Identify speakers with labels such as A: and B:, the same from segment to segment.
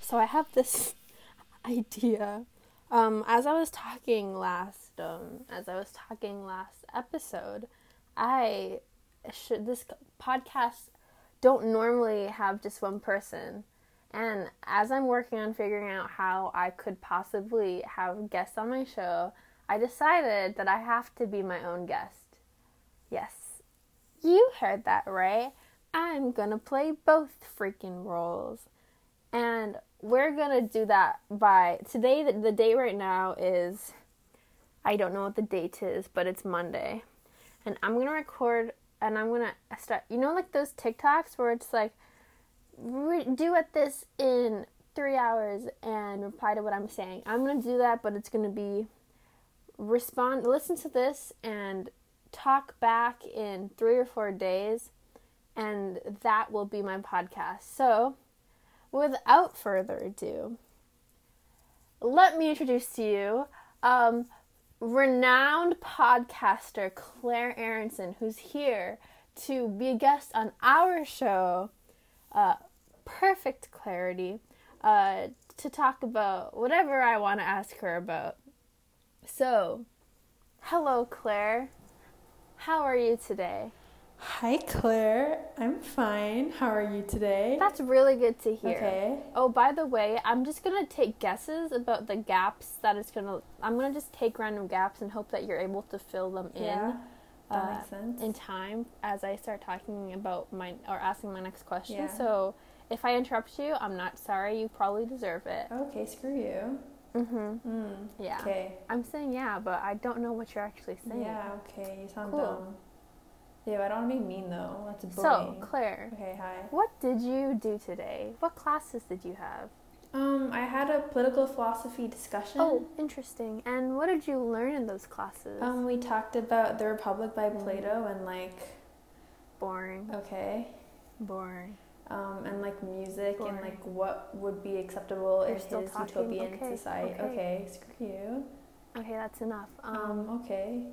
A: So I have this idea. Um, as I was talking last, um, as I was talking last episode, I should this podcast don't normally have just one person. And as I'm working on figuring out how I could possibly have guests on my show, I decided that I have to be my own guest. Yes, you heard that right. I'm gonna play both freaking roles. And we're gonna do that by today. The, the day right now is, I don't know what the date is, but it's Monday. And I'm gonna record and I'm gonna start, you know, like those TikToks where it's like, re- do at this in three hours and reply to what I'm saying. I'm gonna do that, but it's gonna be respond, listen to this and talk back in three or four days. And that will be my podcast. So, without further ado, let me introduce to you um, renowned podcaster Claire Aronson, who's here to be a guest on our show, uh, Perfect Clarity, uh, to talk about whatever I want to ask her about. So, hello, Claire. How are you today?
B: Hi Claire, I'm fine. How are you today?
A: That's really good to hear.
B: Okay.
A: Oh, by the way, I'm just gonna take guesses about the gaps that it's gonna. I'm gonna just take random gaps and hope that you're able to fill them in
B: Yeah, that
A: uh,
B: makes sense.
A: in time as I start talking about my or asking my next question.
B: Yeah.
A: So if I interrupt you, I'm not sorry. You probably deserve it.
B: okay, screw you.
A: Mm-hmm.
B: Mm,
A: Yeah.
B: Okay.
A: I'm saying yeah, but I don't know what you're actually saying.
B: Yeah. Okay. You sound
A: Cool.
B: dumb. Yeah, I don't want to be mean though. That's
A: So
B: bullying.
A: Claire,
B: okay. Hi.
A: what did you do today? What classes did you have?
B: Um, I had a political philosophy discussion.
A: Oh, interesting. And what did you learn in those classes?
B: Um, we talked about the Republic
A: Mm-hmm.
B: by Plato and like
A: boring.
B: Oh. okay,
A: Boring.
B: um, and like music and
A: Boring.
B: like what would be acceptable
A: You're
B: in
A: still
B: his
A: talking?
B: utopian
A: Okay,
B: society.
A: okay.
B: Okay. Screw you.
A: Okay, that's enough. Um,
B: Um. Okay.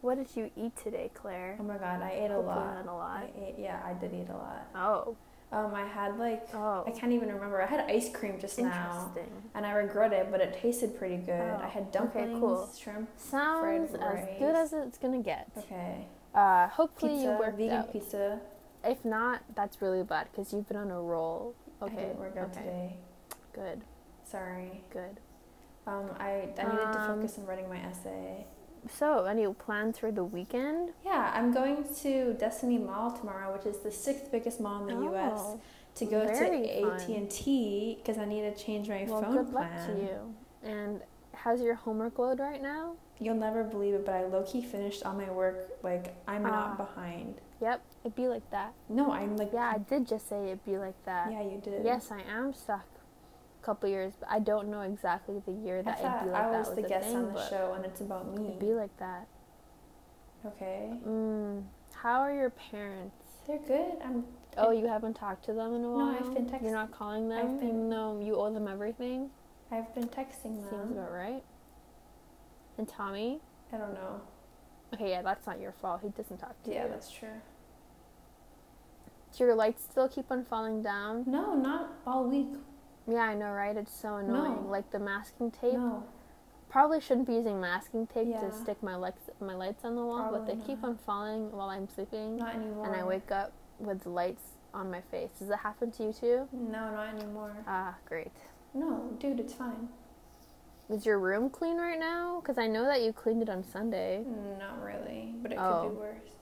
A: what did you eat today, Claire?
B: Oh my god, I ate a
A: Hopefully
B: lot.
A: not a
B: I
A: lot.
B: ate, yeah, I did eat a lot.
A: Oh,
B: Um, I had like
A: oh,
B: I can't even remember. I had ice cream just now,
A: interesting.
B: and I regret it, but it tasted pretty good.
A: Oh,
B: I had
A: okay,
B: dumplings,
A: cool.
B: shrimp.
A: Sounds as good
B: rice.
A: as it's gonna get.
B: Okay,
A: Uh, hopefully you
B: pizza,
A: worked
B: vegan
A: out.
B: pizza.
A: If not, that's really bad because you've been on a roll. Okay,
B: I didn't work out
A: okay.
B: today.
A: Good,
B: Sorry.
A: good.
B: Um, I I needed to
A: Um,
B: focus on writing my essay.
A: So, any plans for the weekend?
B: Yeah, I'm going to Destiny Mall tomorrow, which is the sixth biggest mall in the U.S.
A: Oh,
B: to go
A: very
B: to
A: fun.
B: AT and T because I need to change my
A: well,
B: phone
A: good
B: plan.
A: luck to you. And how's your homework load right now?
B: You'll never believe it, but I low key finished all my work. Like, I'm
A: Ah.
B: not behind.
A: Yep, it'd be like that.
B: No, I'm like,
A: Yeah, I did just say it'd be like that.
B: yeah, you did.
A: Yes, I am stuck a couple years, but I don't know exactly the year
B: I
A: that
B: thought
A: it'd be like
B: I
A: that
B: was the
A: a
B: guest
A: thing,
B: on the
A: but
B: show and it's about me.
A: It'd be like that.
B: okay.
A: Mm. How are your parents?
B: They're good. I'm.
A: Oh, you haven't talked to them in a
B: No,
A: while.
B: I've been text-
A: You're not calling them,
B: I've
A: even
B: been-
A: though you owe them everything.
B: I've been texting
A: Seems
B: them.
A: about right. And Tommy.
B: I don't know.
A: Okay, yeah, that's not your fault. He doesn't talk to
B: Yeah,
A: you.
B: that's true.
A: Do your lights still keep on falling down?
B: No, not all week.
A: Yeah, I know, right? It's so annoying.
B: No.
A: Like the masking tape.
B: No.
A: Probably shouldn't be using masking tape
B: Yeah.
A: to stick my lights my lights on the wall, but they
B: Probably
A: keep
B: not.
A: on falling while I'm sleeping.
B: Not anymore.
A: and I wake up with lights on my face. Does that happen to you too?
B: No, not anymore.
A: Ah, great.
B: No, dude, it's fine.
A: Is your room clean right now? Because I know that you cleaned it on Sunday.
B: Not really, but it
A: Oh.
B: could be worse.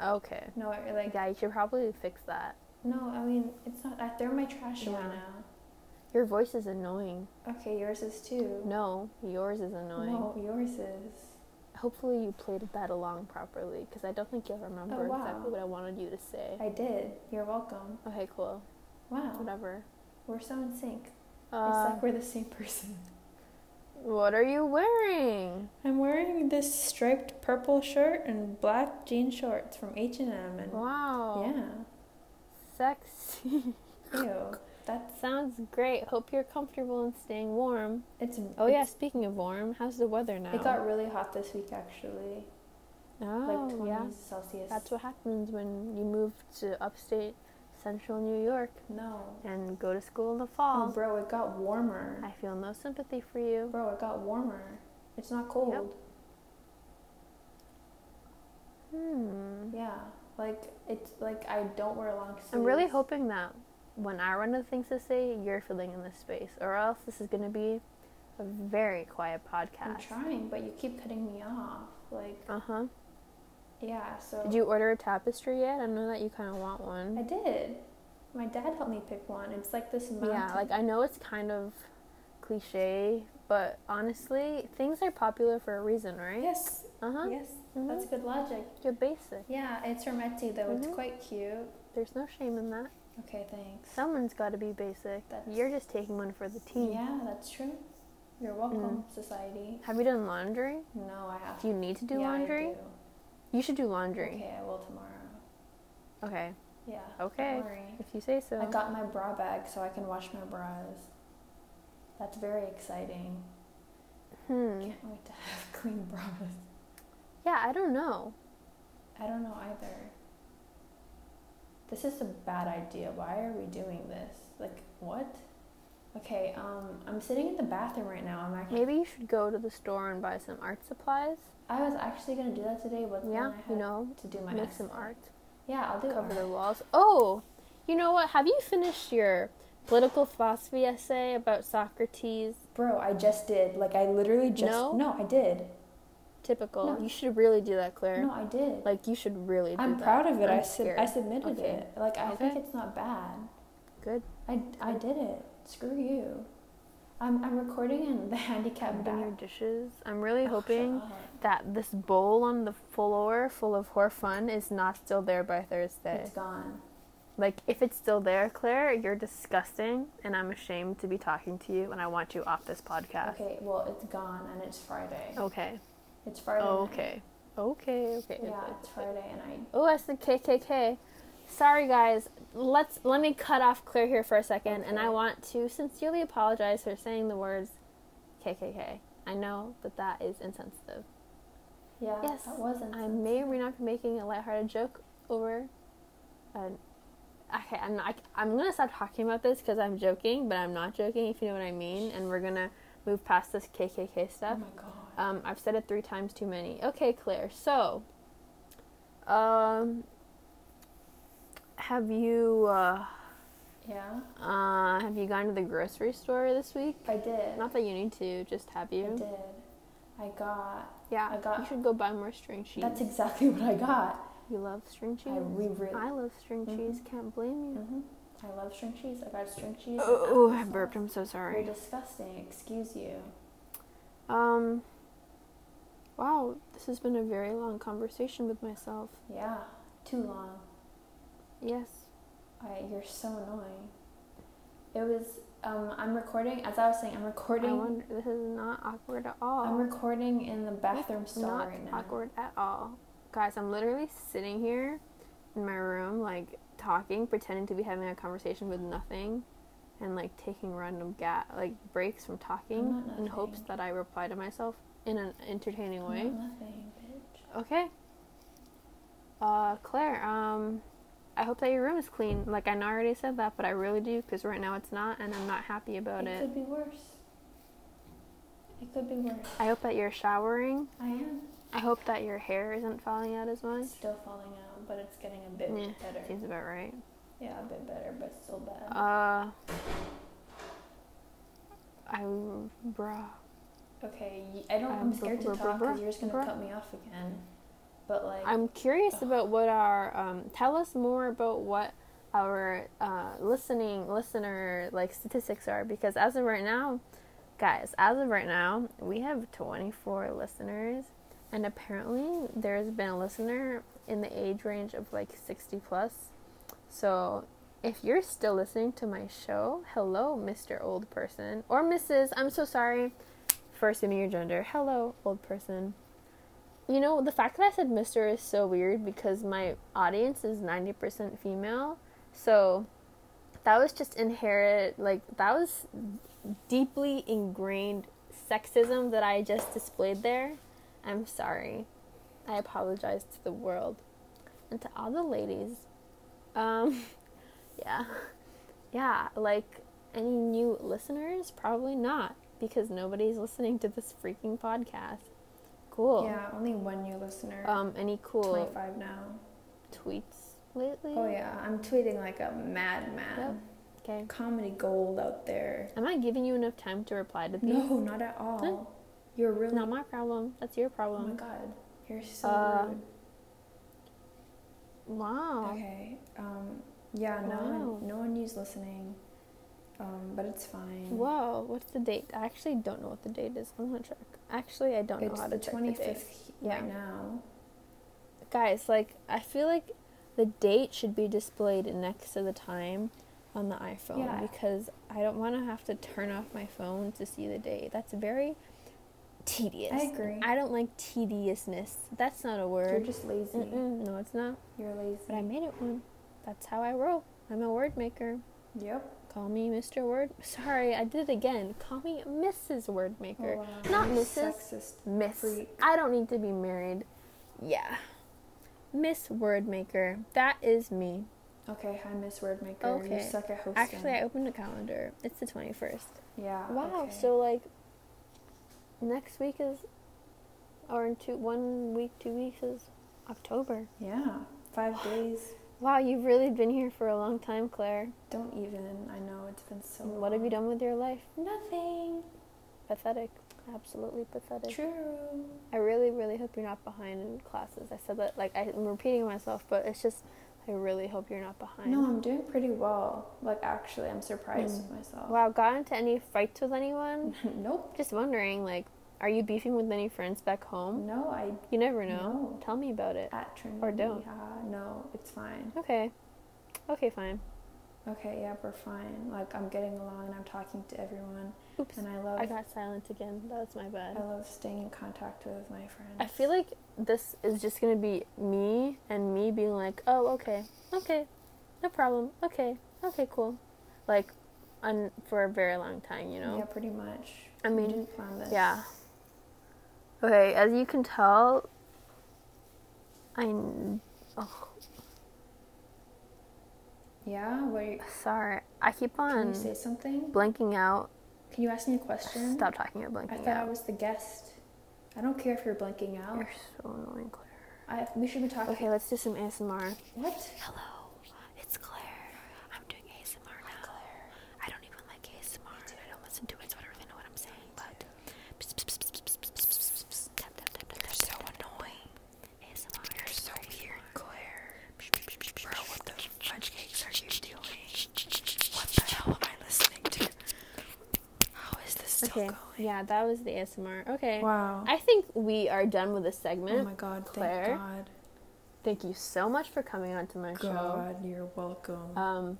A: Okay.
B: No, I- like,
A: Yeah, you should probably fix that.
B: no, I mean, it's not. I throw my trash away
A: Yeah.
B: now.
A: Your voice is annoying.
B: Okay, yours is too.
A: No, yours is annoying.
B: No, yours is.
A: Hopefully, you played that along properly because I don't think you'll remember
B: Oh, wow.
A: exactly what I wanted you to say.
B: I did. You're welcome.
A: Okay, cool.
B: Wow.
A: Whatever.
B: We're so in sync.
A: Uh,
B: Oh. it's like we're the same person.
A: what are you wearing?
B: I'm wearing this striped purple shirt and black jean shorts from H&M and
A: Wow.
B: yeah.
A: Sexy.
B: Ew. That's
A: Sounds great. Hope you're comfortable and staying warm.
B: it's
A: Oh yeah,
B: it's-
A: speaking of warm, how's the weather now?
B: It got really hot this week actually.
A: Oh,
B: like 20
A: yeah.
B: Celsius.
A: That's what happens when you move to upstate central New York
B: no.
A: and go to school in the
B: Oh,
A: fall.
B: bro, it got warmer.
A: I feel no sympathy for you.
B: Bro, it got warmer. It's not cold.
A: Hmm.
B: Yeah, like it's like I don't wear long sleeves.
A: I'm really hoping that when I run out of things to say, you're filling in the space, or else this is going to be a very quiet
B: I'm
A: podcast.
B: trying, but you keep cutting me off. Like,
A: Uh huh.
B: yeah. So
A: Did you order a tapestry yet? I know that you kind of want
B: I
A: one.
B: did. My dad helped me pick one. It's like this mountain.
A: Yeah, like I know it's kind of cliche, but honestly, things are popular for a reason, right?
B: yes,
A: Uh huh.
B: yes.
A: Mhm.
B: That's good logic.
A: They're basic.
B: Yeah, it's from Etsy though. It's
A: Mhm.
B: quite cute.
A: There's no shame in that.
B: Okay, thanks.
A: Someone's got to be basic.
B: That's-
A: You're just taking one for the team.
B: Yeah, that's true. You're welcome, society.
A: Hmm. Have you done laundry?
B: No, I have.
A: Do you need to do
B: yeah,
A: laundry?
B: I do.
A: You should do laundry.
B: Okay, I will tomorrow.
A: Okay.
B: Yeah.
A: Okay.
B: Don't worry.
A: If you say so.
B: I got my bra bag so I can wash my bras. That's very exciting.
A: hmm.
B: Can't wait to have clean bras.
A: Yeah, I don't know.
B: I don't know either. This is a bad idea. Why are we doing this? Like what? Okay, um I'm sitting in the bathroom right now. I'm actually
A: Maybe you should go to the store and buy some art supplies.
B: I was actually gonna do that today, but then
A: yeah,
B: I had
A: you know,
B: to do my
A: make some
B: essay.
A: art.
B: Yeah, I'll do
A: Cover
B: art.
A: the walls. Oh, you know what? Have you finished your political philosophy essay about Socrates?
B: Bro, I just did. Like I literally just
A: No?
B: No, I did.
A: Typical.
B: No.
A: You should really do that, Claire.
B: No, I did.
A: Like you should really. do
B: I'm
A: that.
B: proud of it.
A: I'm
B: I sub- I
A: scared.
B: submitted
A: Okay.
B: it. Like I think
A: Okay.
B: it's not bad.
A: Good.
B: I, I did it. Screw you. I'm I'm recording in the handicap
A: I'm doing your
B: back.
A: dishes. I'm really
B: Oh, shut
A: hoping
B: up.
A: that this bowl on the floor full of whore fun is not still there by Thursday.
B: it's gone.
A: Like, if it's still there, Claire, you're disgusting, and I'm ashamed to be talking to you, and I want you off this podcast.
B: Okay, well it's gone and it's Friday.
A: Okay.
B: It's Friday. night.
A: Oh. okay. Okay. Okay.
B: Yeah, it's Friday and I.
A: Oh, that's the KKK. Sorry, guys. Let's let me cut off Claire here for a second, and I
B: Okay.
A: want to sincerely apologize for saying the words KKK. I know that that is insensitive.
B: Yeah,
A: Yes,
B: that wasn't. Oh
A: I may or may not be making a lighthearted joke over. An, okay, I'm not, I, am gonna stop talking about this because I'm joking, but I'm not joking. If you know what I mean, and we're gonna move past this KKK
B: Oh
A: stuff.
B: my god.
A: Um, I've said it three times too many. Okay, Claire. So, um, have you uh,
B: Yeah,
A: uh, have you gone to the grocery store this week?
B: I did.
A: Not that you need to, just have
B: I
A: you?
B: did. I got.
A: Yeah,
B: I got-
A: You should go buy more string cheese.
B: That's exactly what I got.
A: you love string cheese.
B: I we really.
A: I love string
B: Mhm.
A: cheese. Can't blame you.
B: hmm I love string cheese. I got string cheese. and
A: Oh, Mm-hmm. I
B: apple
A: burped.
B: sauce.
A: I'm so
B: You're
A: sorry.
B: disgusting. Excuse you.
A: Um. Wow, this has been a very long conversation with myself.
B: Yeah, too long.
A: Yes.
B: I, you're so annoying. It was. Um, I'm recording. As I was saying, I'm
A: I
B: recording.
A: wonder. This is not awkward at all.
B: I'm recording in the bathroom stall
A: not
B: right now.
A: awkward at all. Guys, I'm literally sitting here in my room, like talking, pretending to be having a conversation with nothing, and like taking random ga- like breaks from talking
B: not
A: in hopes
B: nothing.
A: that I reply to myself in an entertaining
B: No,
A: way.
B: nothing, bitch.
A: Okay. Uh, Claire, um, I hope that your room is clean. Like I know I already said that, but I really do because right now it's not, and I'm not happy about
B: it
A: it.
B: could be worse. It could be worse.
A: I hope that you're showering.
B: I am
A: I hope that your hair isn't falling out as much.
B: It's still falling out, but it's getting a bit
A: Yeah.
B: better.
A: Seems about right.
B: Yeah, a bit better, but still bad.
A: Uh, I bruh.
B: okay, y- I don't.
A: I'm
B: I'm
A: br-
B: scared
A: um, br-
B: to
A: br-
B: talk
A: br-
B: because you're just gonna
A: br-
B: cut me off again. But like,
A: I'm curious about what our um. Tell us more about what our uh, listening listener like statistics are because as of right now, guys, as of right now, we have 24 listeners, and apparently there's been a listener in the age range of like 60 plus. So if you're still listening to my show, hello, Mr. Old Person or Mrs. I'm so sorry for assuming your gender. Hello, old person. You know, the fact that I said Mr. is so weird because my audience is 90% female. So that was just inherent, like, that was deeply ingrained sexism that I just displayed there. I'm sorry. I apologize to the world and to all the ladies. Um, yeah. Yeah, like any new listeners? Probably not because nobody's listening to this freaking podcast. Cool.
B: Yeah, only one new listener.
A: Um, any cool Mm.
B: 25 now.
A: tweets lately?
B: Oh, yeah. I'm tweeting like a madman.
A: Okay.
B: Comedy gold out there.
A: Am I giving you enough time to reply to these?
B: No, not at all.
A: Huh?
B: You're really.
A: Not my problem. That's your
B: oh my
A: problem.
B: god. You're so
A: Uh,
B: rude.
A: Wow.
B: Okay. Um, yeah, no, one,
A: Oh. Wow.
B: no one is listening. Um, but it's fine.
A: Whoa. What's the date? I actually don't know what the date is. I'm gonna check. Actually, I don't know
B: It's
A: how
B: the
A: to check the
B: 25th
A: date.
B: right
A: Yeah.
B: now.
A: Guys, like, I feel like the date should be displayed next to the time on the iPhone
B: Yeah.
A: because I don't want to have to turn off my phone to see the date. That's very tedious.
B: I agree.
A: I don't like tediousness. That's not a
B: You're
A: word.
B: just lazy.
A: Mm-mm, no, it's not.
B: You're lazy.
A: But I made it one. That's how I roll. I'm a word maker.
B: Yep.
A: Call me Mr. Word. Sorry, I did it again. Call me Mrs.
B: Oh,
A: Wordmaker.
B: wow.
A: Not
B: You're
A: Mrs.
B: Sexist.
A: Miss.
B: Oh, freak.
A: I don't need to be married. Yeah. Miss Wordmaker. That is me.
B: Okay, hi, Miss Wordmaker. You
A: Okay.
B: suck at hosting.
A: Actually, I opened a calendar. It's the 21st.
B: yeah.
A: Wow.
B: Ah, okay.
A: So, like, next week is, or in two, one week, two weeks is October.
B: Yeah, five days.
A: Wow, you've really been here for a long time, Claire.
B: Don't even. I know it's been so.
A: What have you done with your life?
B: long. Nothing.
A: Pathetic. Absolutely pathetic.
B: True.
A: I really, really hope you're not behind in classes. I said that, like, I'm repeating myself, but it's just, I really hope you're not behind.
B: No, I'm doing pretty well. Like actually, I'm surprised with myself.
A: Mm. Wow, got into any fights with anyone?
B: nope.
A: Just wondering, like, are you beefing with any friends back home?
B: No, I
A: You never know.
B: No.
A: Tell me about it.
B: at Trinity.
A: don't.
B: Yeah, no, it's fine.
A: Okay. Okay, fine.
B: Okay, yeah, we're fine. Like I'm getting along and I'm talking to everyone,
A: Oops.
B: and I love.
A: I got silent again. That was my
B: I
A: bad.
B: love staying in contact with my friends.
A: I feel like this is just gonna be me and me being like, oh, okay, okay, no problem, okay, okay, cool. Like, un- for a very long time, you know?
B: Yeah, pretty much.
A: I
B: We
A: mean,
B: didn't plan this.
A: Yeah. Okay, as you can tell, I. n- Oh,
B: Yeah. What? Are you,
A: sorry. I keep
B: can
A: on
B: you say something?
A: blanking out.
B: Can you ask me a question?
A: Stop talking about
B: I
A: blanking
B: thought I
A: out.
B: was the guest. I don't care if you're blanking out.
A: You're so annoying, Claire.
B: I, we should be talking.
A: Okay, let's do some ASMR.
B: What?
A: Hello, it's Claire. I'm doing ASMR now. I don't even like ASMR. I don't listen to it, so I don't really know what I'm saying. But they're so annoying. ASMR. Oh, You're so weird, Claire. Bro, what the fudge cakes are you doing? What the hell am I listening to? How is this still going? Yeah, that was the ASMR. Okay.
B: Wow.
A: I think we are done with this segment.
B: oh my God.
A: Claire?
B: Thank God.
A: Thank you so much for coming on to my show.
B: God, you're welcome.
A: Um,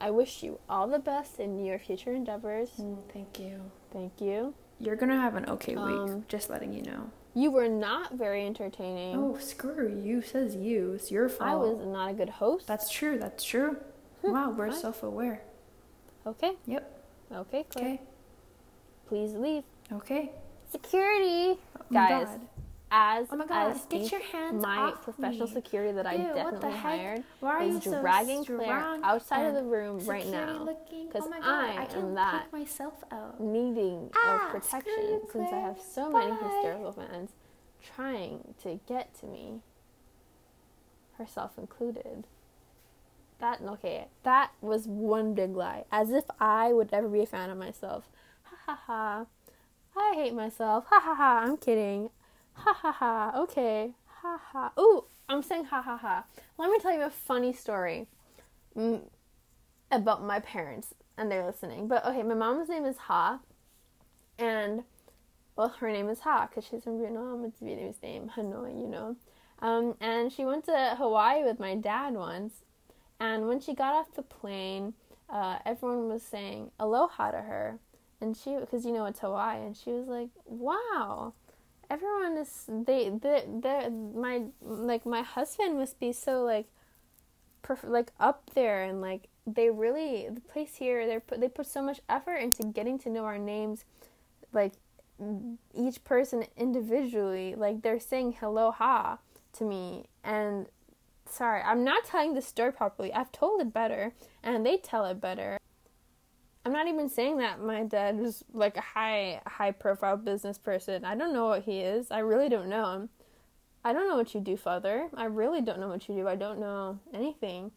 A: I wish you all the best in your future endeavors.
B: Mm, thank you.
A: Thank you.
B: You're gonna have an okay
A: Um,
B: week. Just letting you know.
A: You were not very entertaining.
B: Oh, screw you. Says you. It's your fault.
A: I was Hmm, not a good host.
B: That's true. That's true. wow, we're
A: fine.
B: self-aware.
A: okay.
B: Yep.
A: Okay, Claire.
B: Okay.
A: Please leave.
B: Okay.
A: Security,
B: Oh my
A: guys.
B: God.
A: As
B: Oh my
A: I
B: God.
A: speak,
B: Get your hands
A: my
B: off
A: professional
B: me.
A: security that I
B: Ew, what the
A: definitely
B: heck?
A: hired
B: Why are
A: is
B: you so
A: dragging Claire
B: strong
A: outside of
B: and
A: the room right
B: security
A: now
B: looking?
A: because
B: oh my God,
A: I,
B: I can't
A: am that
B: pick myself out.
A: needing
B: Ah,
A: of
B: screw
A: protection
B: you,
A: since I
B: Claire.
A: have so many
B: Bye.
A: hysterical fans trying to get to me, herself included. That okay, that was one big lie. As if I would ever be a fan of myself. Ha ha ha. I hate myself. Ha ha ha. I'm kidding. Ha ha ha. Okay. Ha ha. Ooh, I'm saying ha ha ha. Let me tell you a funny story mm, about my parents, and they're listening. But okay, my mom's name is Ha, and well, her name is Ha because she's from Vietnam. It's a Vietnamese name, Hanoi, you know. Um, and she went to Hawaii with my dad once, and when she got off the plane, uh, everyone was saying aloha to her, and she because you know it's Hawaii, and she was like, "Wow." Everyone is they they they my like my husband must be so like perf- like up there and like they really the place here they put they put so much effort into getting to know our names like m- each person individually like they're saying hello ha to me and sorry, I'm not telling the story properly. I've told it better and they tell it better. I'm not even saying that my dad was like a high high profile business person. I don't know what he is. I really don't know him. I don't know what you do, father. I really don't know what you do. I don't know anything.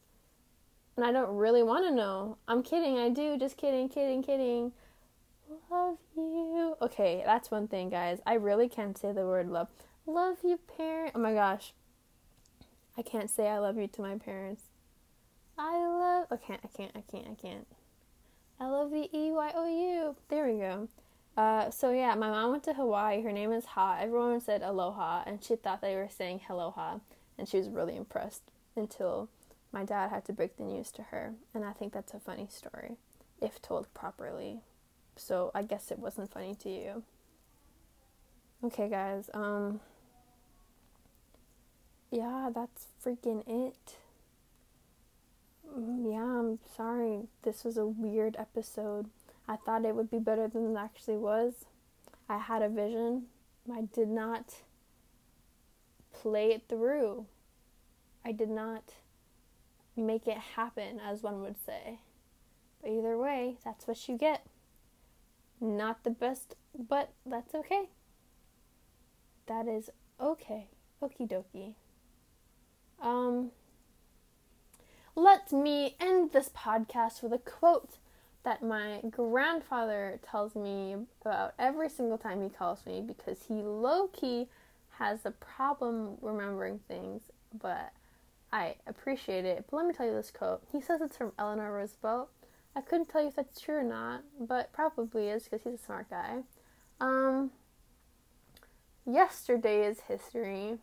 A: And I don't really want to know. I'm kidding. I do. Just kidding, kidding, kidding. Love you. Okay, that's one thing, guys. I really can't say the word love. Love you, parent. Oh my gosh. I can't say I love you to my parents. I love. I can't. I can't. I can't. I can't. I love the E Y O U. There we go. Uh, so yeah, my mom went to Hawaii. Her name is Ha. Everyone said Aloha, and she thought they were saying Hello Ha, and she was really impressed until my dad had to break the news to her. And I think that's a funny story, if told properly. So I guess it wasn't funny to you. Okay, guys. Um. Yeah, that's freaking it. Mm, Yeah, I'm sorry. This was a weird episode. I thought it would be better than it actually was. I had a vision. I did not play it through. I did not make it happen, as one would say. But either way, that's what you get. Not the best, but that's okay. That is okay. Okie dokie. Um, let me end this podcast with a quote that my grandfather tells me about every single time he calls me because he low key has a problem remembering things, but I appreciate it. But let me tell you this quote. He says it's from Eleanor Roosevelt. I couldn't tell you if that's true or not, but probably is because he's a smart guy. Um, yesterday is history,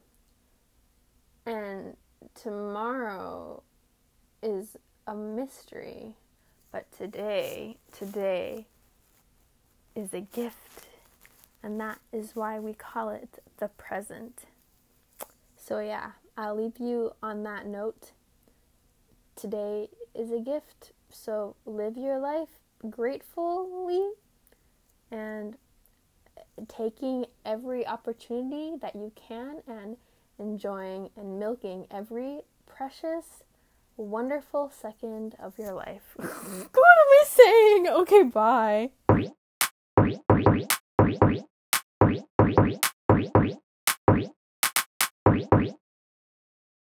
A: and tomorrow is a mystery, but today, today is a gift, and that is why we call it the present. So, yeah, I'll leave you on that note. Today is a gift, so live your life gratefully and taking every opportunity that you can and enjoying and milking every precious wonderful second of your life. what am I saying? Okay, bye.